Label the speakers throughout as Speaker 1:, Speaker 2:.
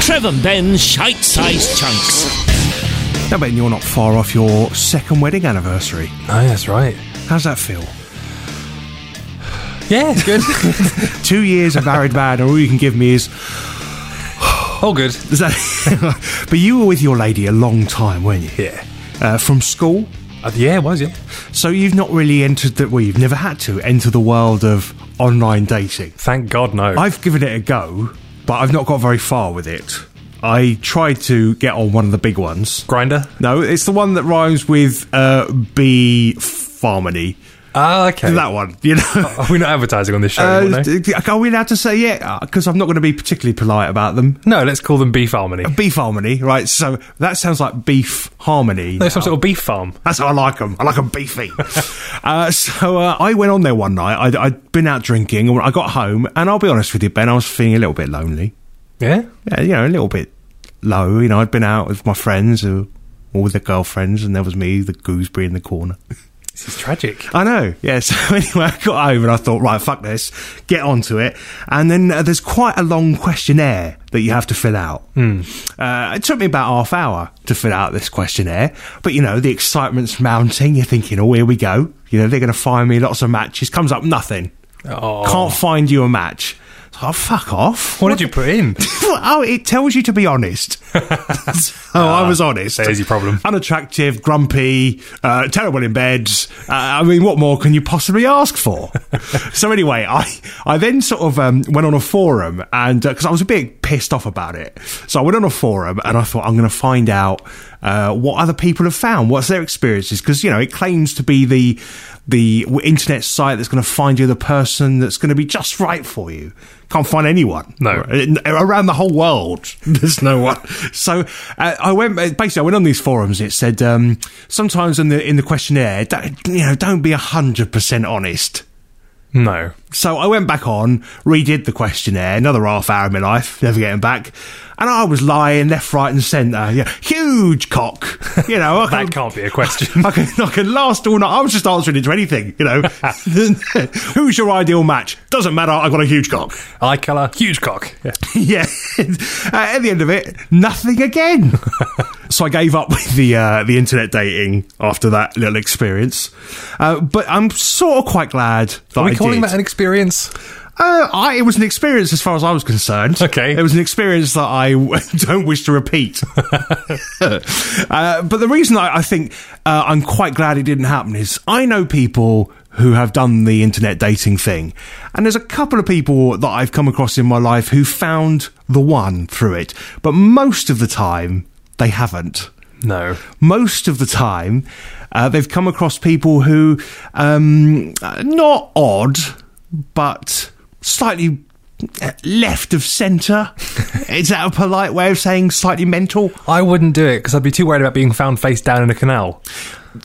Speaker 1: Trev and Ben Shite Sized Chunks.
Speaker 2: Now, Ben, you're not far off your second wedding anniversary.
Speaker 3: No, that's right.
Speaker 2: How's that feel?
Speaker 3: Yeah, it's good.
Speaker 2: Two years of married man, and all you can give me is.
Speaker 3: All good.
Speaker 2: is that but you were with your lady a long time, weren't you?
Speaker 3: Yeah.
Speaker 2: Uh, from school,
Speaker 3: Uh, yeah, it was, yeah.
Speaker 2: so you've not really entered the. Well, you've never had to enter the world of online dating.
Speaker 3: Thank God, no.
Speaker 2: I've given it a go, but I've not got very far with it. I tried to get on one of the big ones.
Speaker 3: Grinder.
Speaker 2: No, it's the one that rhymes with uh, B Farmony.
Speaker 3: Ah, okay.
Speaker 2: That one, you know.
Speaker 3: Are we not advertising on this show?
Speaker 2: Uh,
Speaker 3: anymore, no?
Speaker 2: are we allowed to say yeah? Because I'm not going to be particularly polite about them.
Speaker 3: no, let's call them Beef Harmony.
Speaker 2: Beef harmony, right? So that sounds like beef harmony.
Speaker 3: No, some sort of beef farm.
Speaker 2: That's how I like them. I like them beefy. uh, so uh, I went on there one night. I'd, I'd been out drinking, and I got home. And I'll be honest with you, Ben, I was feeling a little bit lonely.
Speaker 3: Yeah?
Speaker 2: yeah, you know, a little bit low. You know, I'd been out with my friends or, or with the girlfriends, and there was me, the gooseberry in the corner.
Speaker 3: This is tragic.
Speaker 2: I know, yeah. So anyway, I got home and I thought, right, fuck this, get onto it. And then uh, there's quite a long questionnaire that you have to fill out.
Speaker 3: Hmm.
Speaker 2: Uh, it took me about half hour to fill out this questionnaire, but you know, the excitement's mounting. You're thinking, oh, here we go. You know, they're going to find me lots of matches. Comes up nothing.
Speaker 3: Oh.
Speaker 2: Can't find you a match. So, oh, fuck off.
Speaker 3: What did you put in?
Speaker 2: oh, it tells you to be honest. so I was honest.
Speaker 3: Ah, there's your problem.
Speaker 2: Unattractive, grumpy, uh, terrible in bed. Uh, I mean, what more can you possibly ask for? so anyway, I I then sort of um, went on a forum and because I was a bit pissed off about it, so I went on a forum and I thought I'm going to find out uh, what other people have found, what's their experiences, because you know it claims to be the the w- internet site that's going to find you the person that's going to be just right for you. Can't find anyone.
Speaker 3: No.
Speaker 2: In- around the whole world, there's no one. so uh, I went basically. I went on these forums. It said um, sometimes in the in the questionnaire, don't, you know, don't be hundred percent honest.
Speaker 3: No.
Speaker 2: So I went back on, redid the questionnaire, another half hour of my life, never getting back. And I was lying left, right, and centre. Yeah, huge cock. You know, I
Speaker 3: That
Speaker 2: can,
Speaker 3: can't be a question.
Speaker 2: I can, I can last all night. I was just answering it to anything. You know, who's your ideal match? Doesn't matter. I've got a huge cock.
Speaker 3: Eye colour, huge cock. Yeah.
Speaker 2: yeah. Uh, at the end of it, nothing again. so I gave up with the uh, the internet dating after that little experience. Uh, but I'm sort of quite glad that
Speaker 3: Are we
Speaker 2: I
Speaker 3: calling
Speaker 2: did.
Speaker 3: that an experience?
Speaker 2: Uh, I, it was an experience as far as I was concerned.
Speaker 3: Okay.
Speaker 2: It was an experience that I don't wish to repeat. uh, but the reason I, I think uh, I'm quite glad it didn't happen is I know people who have done the internet dating thing. And there's a couple of people that I've come across in my life who found the one through it. But most of the time, they haven't
Speaker 3: No.
Speaker 2: most of the time, uh, they've come across people who, um, uh, not odd, but slightly uh, left of centre. Is that a polite way of saying slightly mental?
Speaker 3: I wouldn't do it because I'd be too worried about being found face down in a canal.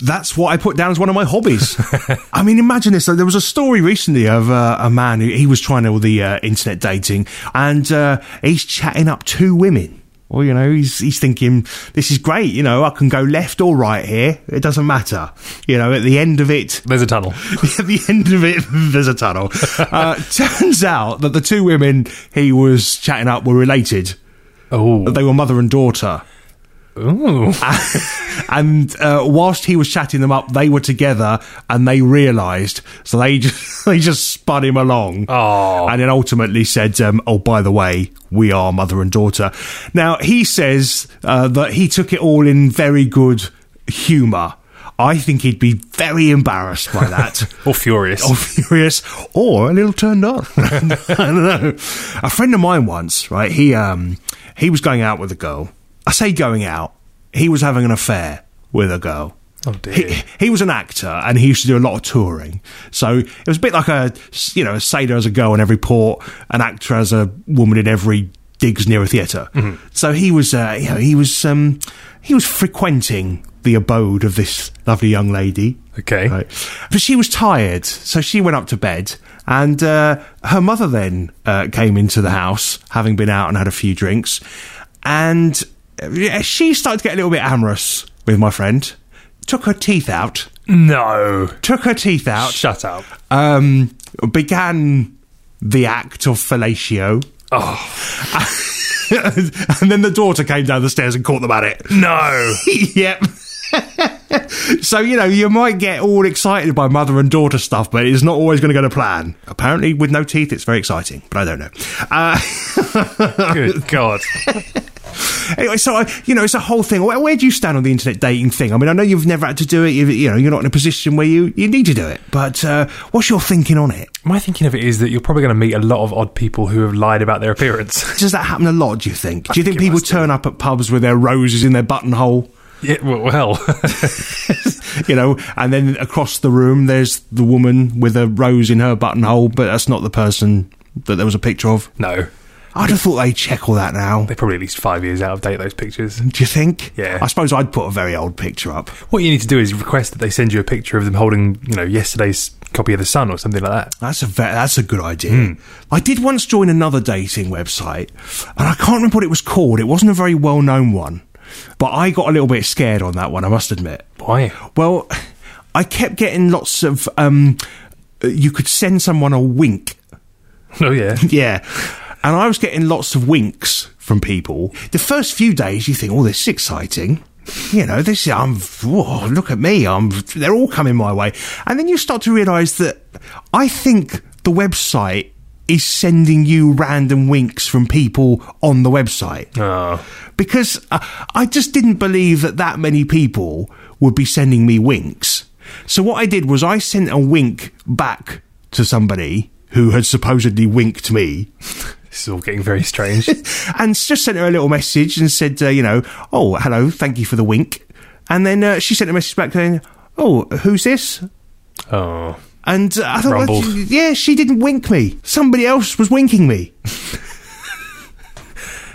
Speaker 2: That's what I put down as one of my hobbies. I mean, imagine this. There was a story recently of uh, a man who he was trying all the uh, internet dating, and uh, he's chatting up two women. Well, you know, he's he's thinking this is great. You know, I can go left or right here. It doesn't matter. You know, at the end of it,
Speaker 3: There's a tunnel.
Speaker 2: at the end of it, there's a tunnel. Uh, turns out that the two women he was chatting up were related.
Speaker 3: Oh.
Speaker 2: They were mother and daughter.
Speaker 3: Ooh.
Speaker 2: and uh, whilst he was chatting them up, they were together and they realised. So they just, they just spun him along.
Speaker 3: Aw.
Speaker 2: And then ultimately said, um, oh, by the way, we are mother and daughter. Now, he says uh, that he took it all in very good humour. I think he'd be very embarrassed by that.
Speaker 3: Or furious.
Speaker 2: or furious or a little turned on. I don't know. A friend of mine once, right? He um he was going out with a girl. I say going out. He was having an affair with a girl.
Speaker 3: Oh, dear.
Speaker 2: He, he was an actor and he used to do a lot of touring. So it was a bit like a you know a sailor as a girl in every port, an actor as a woman in every digs near a theater
Speaker 3: Mm-hmm.
Speaker 2: So he was uh, you know he was um he was frequenting the abode of this lovely young lady.
Speaker 3: Okay.
Speaker 2: Right. But she was tired, so she went up to bed. And uh, her mother then uh, came into the house, having been out and had a few drinks. And uh, yeah, she started to get a little bit amorous with my friend. Took her teeth out.
Speaker 3: No.
Speaker 2: Took her teeth out.
Speaker 3: Shut up.
Speaker 2: Um, began the act of fellatio.
Speaker 3: Oh.
Speaker 2: and then the daughter came down the stairs and caught them at it.
Speaker 3: No.
Speaker 2: yep. so, you know, you might get all excited by mother and daughter stuff, but it's not always going to go to plan. Apparently, with no teeth, it's very exciting, but I don't know. Uh,
Speaker 3: Good God.
Speaker 2: anyway, so, uh, you know, it's a whole thing. Where, where do you stand on the internet dating thing? I mean, I know you've never had to do it. You, you know, you're not in a position where you, you need to do it, but uh, what's your thinking on it?
Speaker 3: My thinking of it is that you're probably going to meet a lot of odd people who have lied about their appearance.
Speaker 2: Does that happen a lot, do you think? Do you think,
Speaker 3: think it
Speaker 2: people
Speaker 3: must do.
Speaker 2: turn up at pubs with their roses in their buttonhole?
Speaker 3: Yeah, well,
Speaker 2: you know, and then across the room there's the woman with a rose in her buttonhole, but that's not the person that there was a picture of.
Speaker 3: no.
Speaker 2: I'd have thought they'd check all that now.
Speaker 3: They're probably at least five years out of date, those pictures.
Speaker 2: Do you think?
Speaker 3: Yeah.
Speaker 2: I suppose I'd put a very old picture up.
Speaker 3: What you need to do is request that they send you a picture of them holding, you know, yesterday's copy of The Sun or something like that.
Speaker 2: That's a ve- that's a good idea. I did once join another dating website, and I can't remember what it was called. It wasn't a very well known one, but I got a little bit scared on that one. I must admit.
Speaker 3: Why?
Speaker 2: Well, I kept getting lots of. Um, you could send someone a wink
Speaker 3: Oh, yeah.
Speaker 2: Yeah. And I was getting lots of winks from people. The first few days, you think, oh, this is exciting. You know, this is, I'm, whoa, look at me. I'm, they're all coming my way. And then you start to realize that I think the website is sending you random winks from people on the website.
Speaker 3: Oh.
Speaker 2: Because uh, I just didn't believe that that many people would be sending me winks. So what I did was I sent a wink back to somebody who had supposedly winked me
Speaker 3: This is all getting very strange.
Speaker 2: and just sent her a little message and said, uh, you know, oh, hello, thank you for the wink. And then uh, she sent a message back saying, oh, who's this?
Speaker 3: oh.
Speaker 2: And uh, I thought, well,
Speaker 3: Rumbled.
Speaker 2: she- yeah, she didn't wink me. Somebody else was winking me.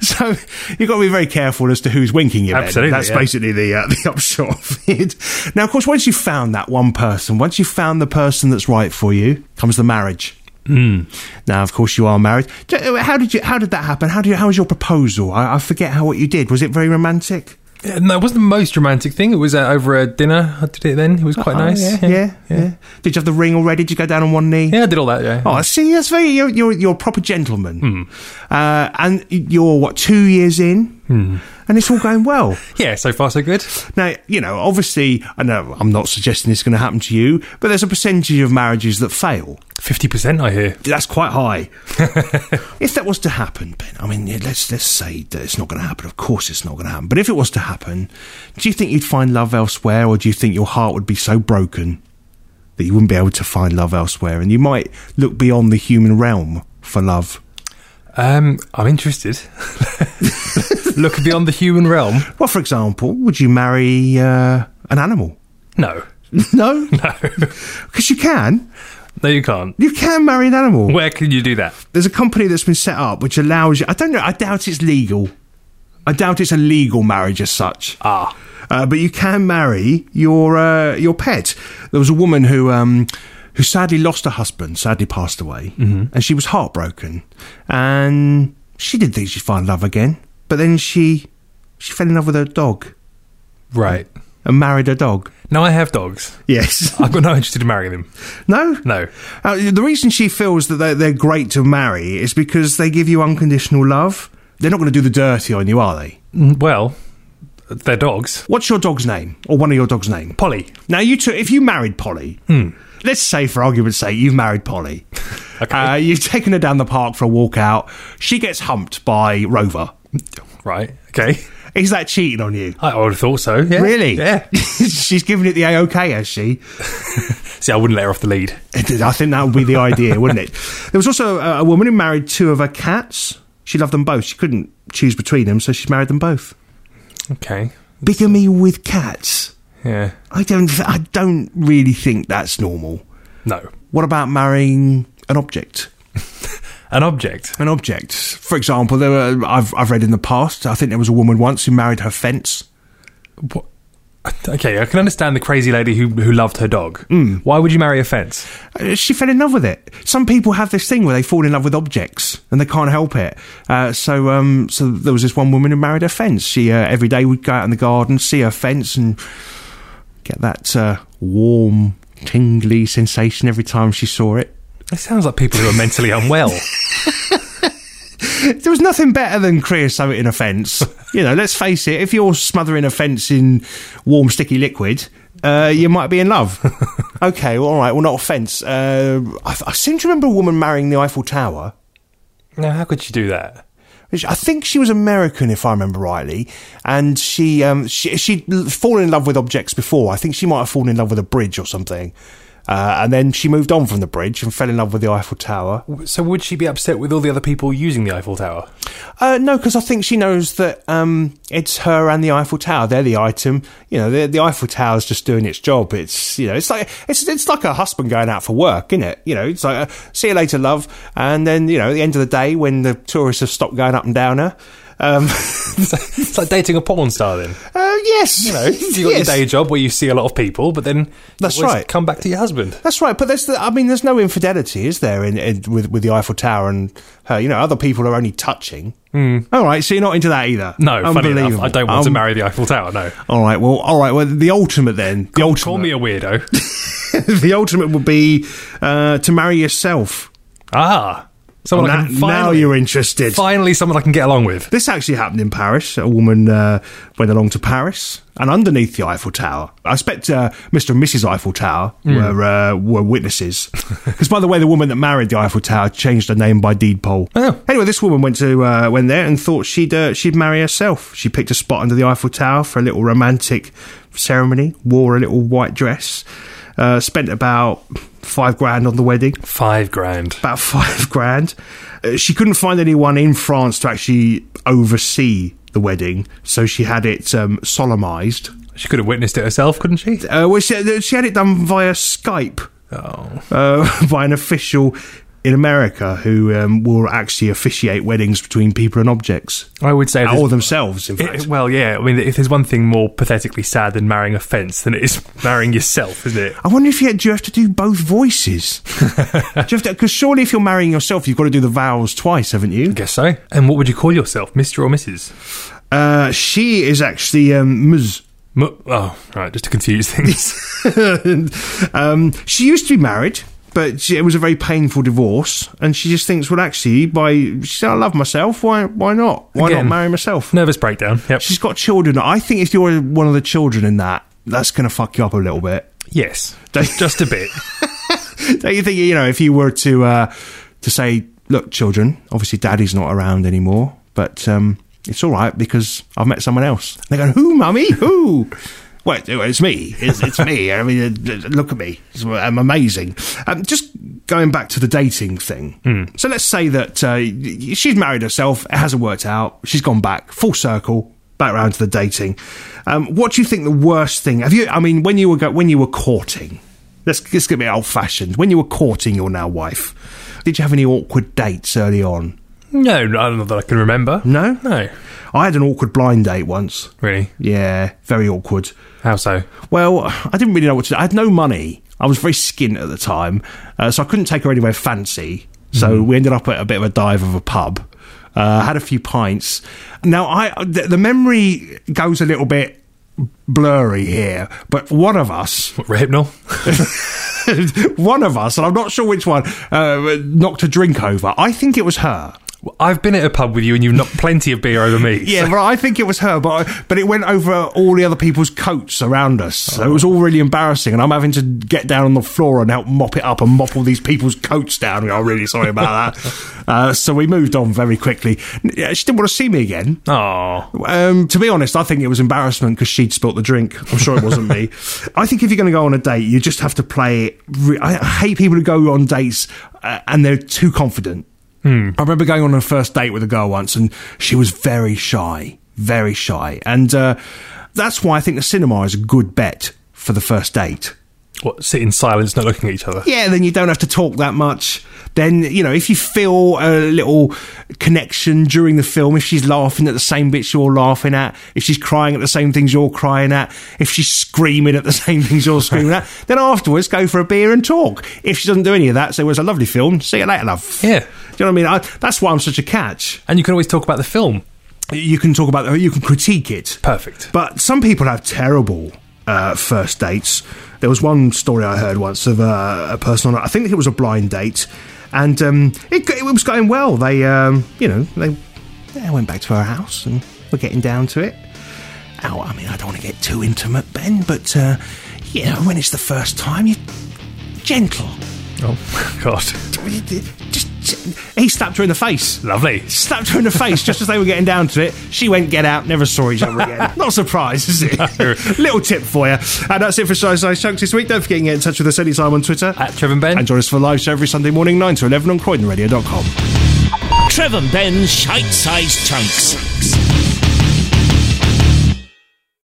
Speaker 2: so you've got to be very careful as to who's winking you. Ben.
Speaker 3: Absolutely,
Speaker 2: That's
Speaker 3: yeah.
Speaker 2: basically the, uh, the upshot of it. Now, of course, once you've found that one person, once you've found the person that's right for you, comes the marriage. Hmm. Now, of course, you are married. J- uh, How did you? How did that happen? How do? You, how was your proposal? I, I forget how what you did. Was it very romantic?
Speaker 3: Yeah, no, it wasn't the most romantic thing. It was uh, over a dinner. I did it then. It was quite nice.
Speaker 2: Oh, yeah, yeah, yeah, Did you have the ring already? Did you go down on one knee?
Speaker 3: Yeah, I did all that, yeah.
Speaker 2: Oh, see, that's very you're you're, you're a proper gentleman, uh, and you're what two years in, and it's all going well.
Speaker 3: Yeah, so far so good.
Speaker 2: Now, you know, obviously, I know I'm not suggesting this is going to happen to you, but there's a percentage of marriages that fail.
Speaker 3: 50%, I hear.
Speaker 2: That's quite high. if that was to happen, Ben, I mean, yeah, let's let's say that it's not going to happen. Of course, it's not going to happen. But if it was to happen, do you think you'd find love elsewhere, or do you think your heart would be so broken that you wouldn't be able to find love elsewhere, and you might look beyond the human realm for love?
Speaker 3: Um, I'm interested. Look beyond the human realm.
Speaker 2: Well, for example, would you marry uh, an animal?
Speaker 3: No.
Speaker 2: No, no, because you can.
Speaker 3: No, you can't.
Speaker 2: You can marry an animal.
Speaker 3: Where can you do that?
Speaker 2: there's a company that's been set up which allows you. I don't know. I doubt it's legal. I doubt it's a legal marriage as such.
Speaker 3: Ah.
Speaker 2: Uh, but you can marry your uh, your pet. There was a woman who um, who sadly lost her husband, sadly passed away, and she was heartbroken. And she did think she'd find love again, but then she she fell in love with her dog
Speaker 3: Right.
Speaker 2: and married her dog.
Speaker 3: Now, I have dogs.
Speaker 2: Yes.
Speaker 3: I've got no interest in marrying them.
Speaker 2: no.
Speaker 3: No.
Speaker 2: Uh, the reason she feels that they're, they're great to marry is because they give you unconditional love. They're not going to do the dirty on you, are they?
Speaker 3: Mm, Well, they're dogs.
Speaker 2: What's your dog's name, or one of your dog's name?
Speaker 3: Polly.
Speaker 2: Now, you two, if you married Polly,
Speaker 3: Hmm.
Speaker 2: let's say for argument's sake, you've married Polly.
Speaker 3: Okay.
Speaker 2: Uh, you've taken her down the park for a walk out. She gets humped by Rover.
Speaker 3: Right. Okay.
Speaker 2: Is that cheating on you?
Speaker 3: I I would have thought so. Yeah.
Speaker 2: Really?
Speaker 3: Yeah.
Speaker 2: She's giving it the AOK, has she?
Speaker 3: See, I wouldn't let her off the lead.
Speaker 2: I think that would be the idea, wouldn't it? There was also a, a woman who married two of her cats. She loved them both. She couldn't choose between them, so she married them both.
Speaker 3: Okay.
Speaker 2: Bigamy with cats.
Speaker 3: Yeah.
Speaker 2: I don't. Th- I don't really think that's normal.
Speaker 3: No.
Speaker 2: What about marrying an object?
Speaker 3: An object.
Speaker 2: An object. For example, there were, I've I've read in the past. I think there was a woman once who married her fence.
Speaker 3: What? Okay, I can understand the crazy lady who who loved her dog. Why would you marry a fence?
Speaker 2: Uh, She fell in love with it. Some people have this thing where they fall in love with objects and they can't help it. Uh, so, um, so there was this one woman who married her fence. She uh, every day would go out in the garden, see her fence, and get that uh, warm, tingly sensation every time she saw it.
Speaker 3: It sounds like people who are mentally unwell.
Speaker 2: there was nothing better than creosote in a fence. You know, let's face it, if you're smothering a fence in warm, sticky liquid, uh, you might be in love. okay, well, all right, well, not a fence. Uh, I, I seem to remember a woman marrying the Eiffel Tower.
Speaker 3: Now, how could you do that?
Speaker 2: Which I think she was American, if I remember rightly, and she um, she she'd l- fallen in love with objects before. I think she might have fallen in love with a bridge or something, uh, and then she moved on from the bridge and fell in love with the Eiffel Tower.
Speaker 3: So would she be upset with all the other people using the Eiffel Tower?
Speaker 2: Uh, no, because I think she knows that um, it's her and the Eiffel Tower. They're the item. You know, the, the Eiffel Tower's just doing its job. It's you know, it's like it's it's like a husband going out for work, isn't it? You know, it's like uh, see you later, love. And then you know, at the end of the day, when the tourists have stopped going up and down her, um,
Speaker 3: It's like dating a porn star then.
Speaker 2: uh, yes, you know,
Speaker 3: You've got your day job where you see a lot of people, but then you
Speaker 2: That's
Speaker 3: always
Speaker 2: right.
Speaker 3: come back to your husband.
Speaker 2: That's right, but there's the, I mean, there's no infidelity, is there, in, in with with the Eiffel Tower and her? You know, other people are only touching. Mm. All right, so you're not into that either.
Speaker 3: Hmm. No, funny enough, I don't want to
Speaker 2: Um,
Speaker 3: marry the Eiffel Tower, no.
Speaker 2: All right, well, all right, well, the ultimate then, the ultimate,
Speaker 3: Call me a weirdo.
Speaker 2: the ultimate would be uh, to marry yourself.
Speaker 3: ah. Someone I
Speaker 2: Now-
Speaker 3: can
Speaker 2: now
Speaker 3: finally,
Speaker 2: you're interested.
Speaker 3: finally someone I can get along with.
Speaker 2: This actually happened in Paris. A woman uh, went along to Paris and underneath the Eiffel Tower. I expect uh, Mr. and Mrs. Eiffel Tower were uh, were witnesses. Because by the way, the woman that married the Eiffel Tower changed her name by deed poll.
Speaker 3: Oh.
Speaker 2: Anyway, this woman went to uh, went there and thought she'd uh, she'd marry herself. She picked a spot under the Eiffel Tower for a little romantic ceremony. Wore a little white dress. Uh, spent about five grand on the wedding
Speaker 3: Five grand.
Speaker 2: about five grand. Uh, she couldn't find anyone in France to actually oversee the wedding, so she had it um, solemnized.
Speaker 3: She could have witnessed it herself, couldn't she?
Speaker 2: Uh, well, she, she had it done via Skype
Speaker 3: Oh.
Speaker 2: uh, by an official in America who um, will actually officiate weddings between people and objects,
Speaker 3: I would say
Speaker 2: or
Speaker 3: there's-
Speaker 2: themselves, in fact.
Speaker 3: It- well, yeah. I mean, if there's one thing more pathetically sad than marrying a fence, then it is marrying yourself, isn't it?
Speaker 2: I wonder if you, do you have to do both voices? do you have to? Because surely, if you're marrying yourself, you've got to do the vows twice, haven't you?
Speaker 3: guess so. And what would you call yourself, Mister or Mrs?
Speaker 2: Uh, she is actually um, Ms.
Speaker 3: M- oh, right, just to confuse things.
Speaker 2: um, she used to be married, but she, it was a very painful divorce, and she just thinks, well, actually, by she said, I love myself. Why? Why not? Why
Speaker 3: Again.
Speaker 2: not marry myself?
Speaker 3: Nervous breakdown. Yep.
Speaker 2: She's got children. I think if you're one of the children in that, that's going to fuck you up a little bit.
Speaker 3: Yes,
Speaker 2: Don't-
Speaker 3: just a bit.
Speaker 2: Don't you think? You know, if you were to uh, to say, look, children, obviously, daddy's not around anymore, but um, it's all right because I've met someone else. And they go, who, mummy? Who? Well, it- it's me. It's, it's me. I mean, uh, uh, look at me. It's- I'm amazing. Um, just going back to the dating thing. So let's say that uh, y- y- she's married herself. It hasn't worked out. She's gone back full circle, back round to the dating. Um, what do you think the worst thing? Have you? I mean, when you were go, when you were courting, Let's just get a bit old fashioned. When you were courting your now wife, did you have any awkward dates early on?
Speaker 3: No, not that I can remember.
Speaker 2: No?
Speaker 3: no,
Speaker 2: I had an awkward blind date once.
Speaker 3: really.
Speaker 2: Yeah, very awkward.
Speaker 3: How so?
Speaker 2: Well, I didn't really know what to do. I had no money. I was very skint at the time, uh, so I couldn't take her anywhere fancy. So we ended up at a bit of a dive of a pub. Uh, had a few pints. Now, I the, the memory goes a little bit blurry here, but one of us
Speaker 3: What, rehypnol?
Speaker 2: one of us, and I'm not sure which one, uh, knocked a drink over. I think it was her.
Speaker 3: Well, I've been at a pub with you, and you've knocked plenty of beer over me.
Speaker 2: Yeah, right. I think it was her, but but it went over all the other people's coats around us. So it was all really embarrassing, and I'm having to get down on the floor and help mop it up and mop all these people's coats down. I'm really sorry about that. Uh, so we moved on very quickly. N- yeah, She didn't want to see me again.
Speaker 3: Oh,
Speaker 2: Um, to be honest, I think it was embarrassment because she'd spilt the drink. I'm sure it wasn't me. I think if you're going to go on a date, you just have to play. it Re- I hate people who go on dates uh, and they're too confident. I remember going on a first date with a girl once, and she was very shy, very shy, and uh, that's why I think the cinema is a good bet for the first date.
Speaker 3: what? Sit in silence, not looking at each other.
Speaker 2: Yeah, then you don't have to talk that much. Then, you know, if you feel a little connection during the film, if she's laughing at the same bits you're laughing at, if she's crying at the same things you're crying at, if she's screaming at the same things you're screaming at, then afterwards go for a beer and talk. If she doesn't do any of that, say, well, it was a lovely film. See you later, love.
Speaker 3: Yeah.
Speaker 2: Do you know what I mean? I, that's why I'm such a catch.
Speaker 3: And you can always talk about the film.
Speaker 2: You can talk about, you can critique it.
Speaker 3: Perfect.
Speaker 2: But some people have terrible uh, first dates. There was one story I heard once of uh, a person on, I think it was a blind date, and um, it, it was going well. They, um, you know, they, they went back to her house and we're getting down to it. Oh, I mean, I don't want to get too intimate, Ben, but uh, you know, when it's the first time, you gentle.
Speaker 3: Oh, God.
Speaker 2: Just, he slapped her in the face.
Speaker 3: Lovely.
Speaker 2: Slapped her in the face just as they were getting down to it. She went, get out, never saw each other again. Not surprised, is it? Little tip for you. And that's it for Size Size Chunks this week. Don't forget to get in touch with us anytime on Twitter.
Speaker 3: At Trevor Ben.
Speaker 2: And join us for a live show every Sunday morning, 9 to 11 on CroydonRadio.com.
Speaker 1: Trevor and Ben Shite Size Chunks.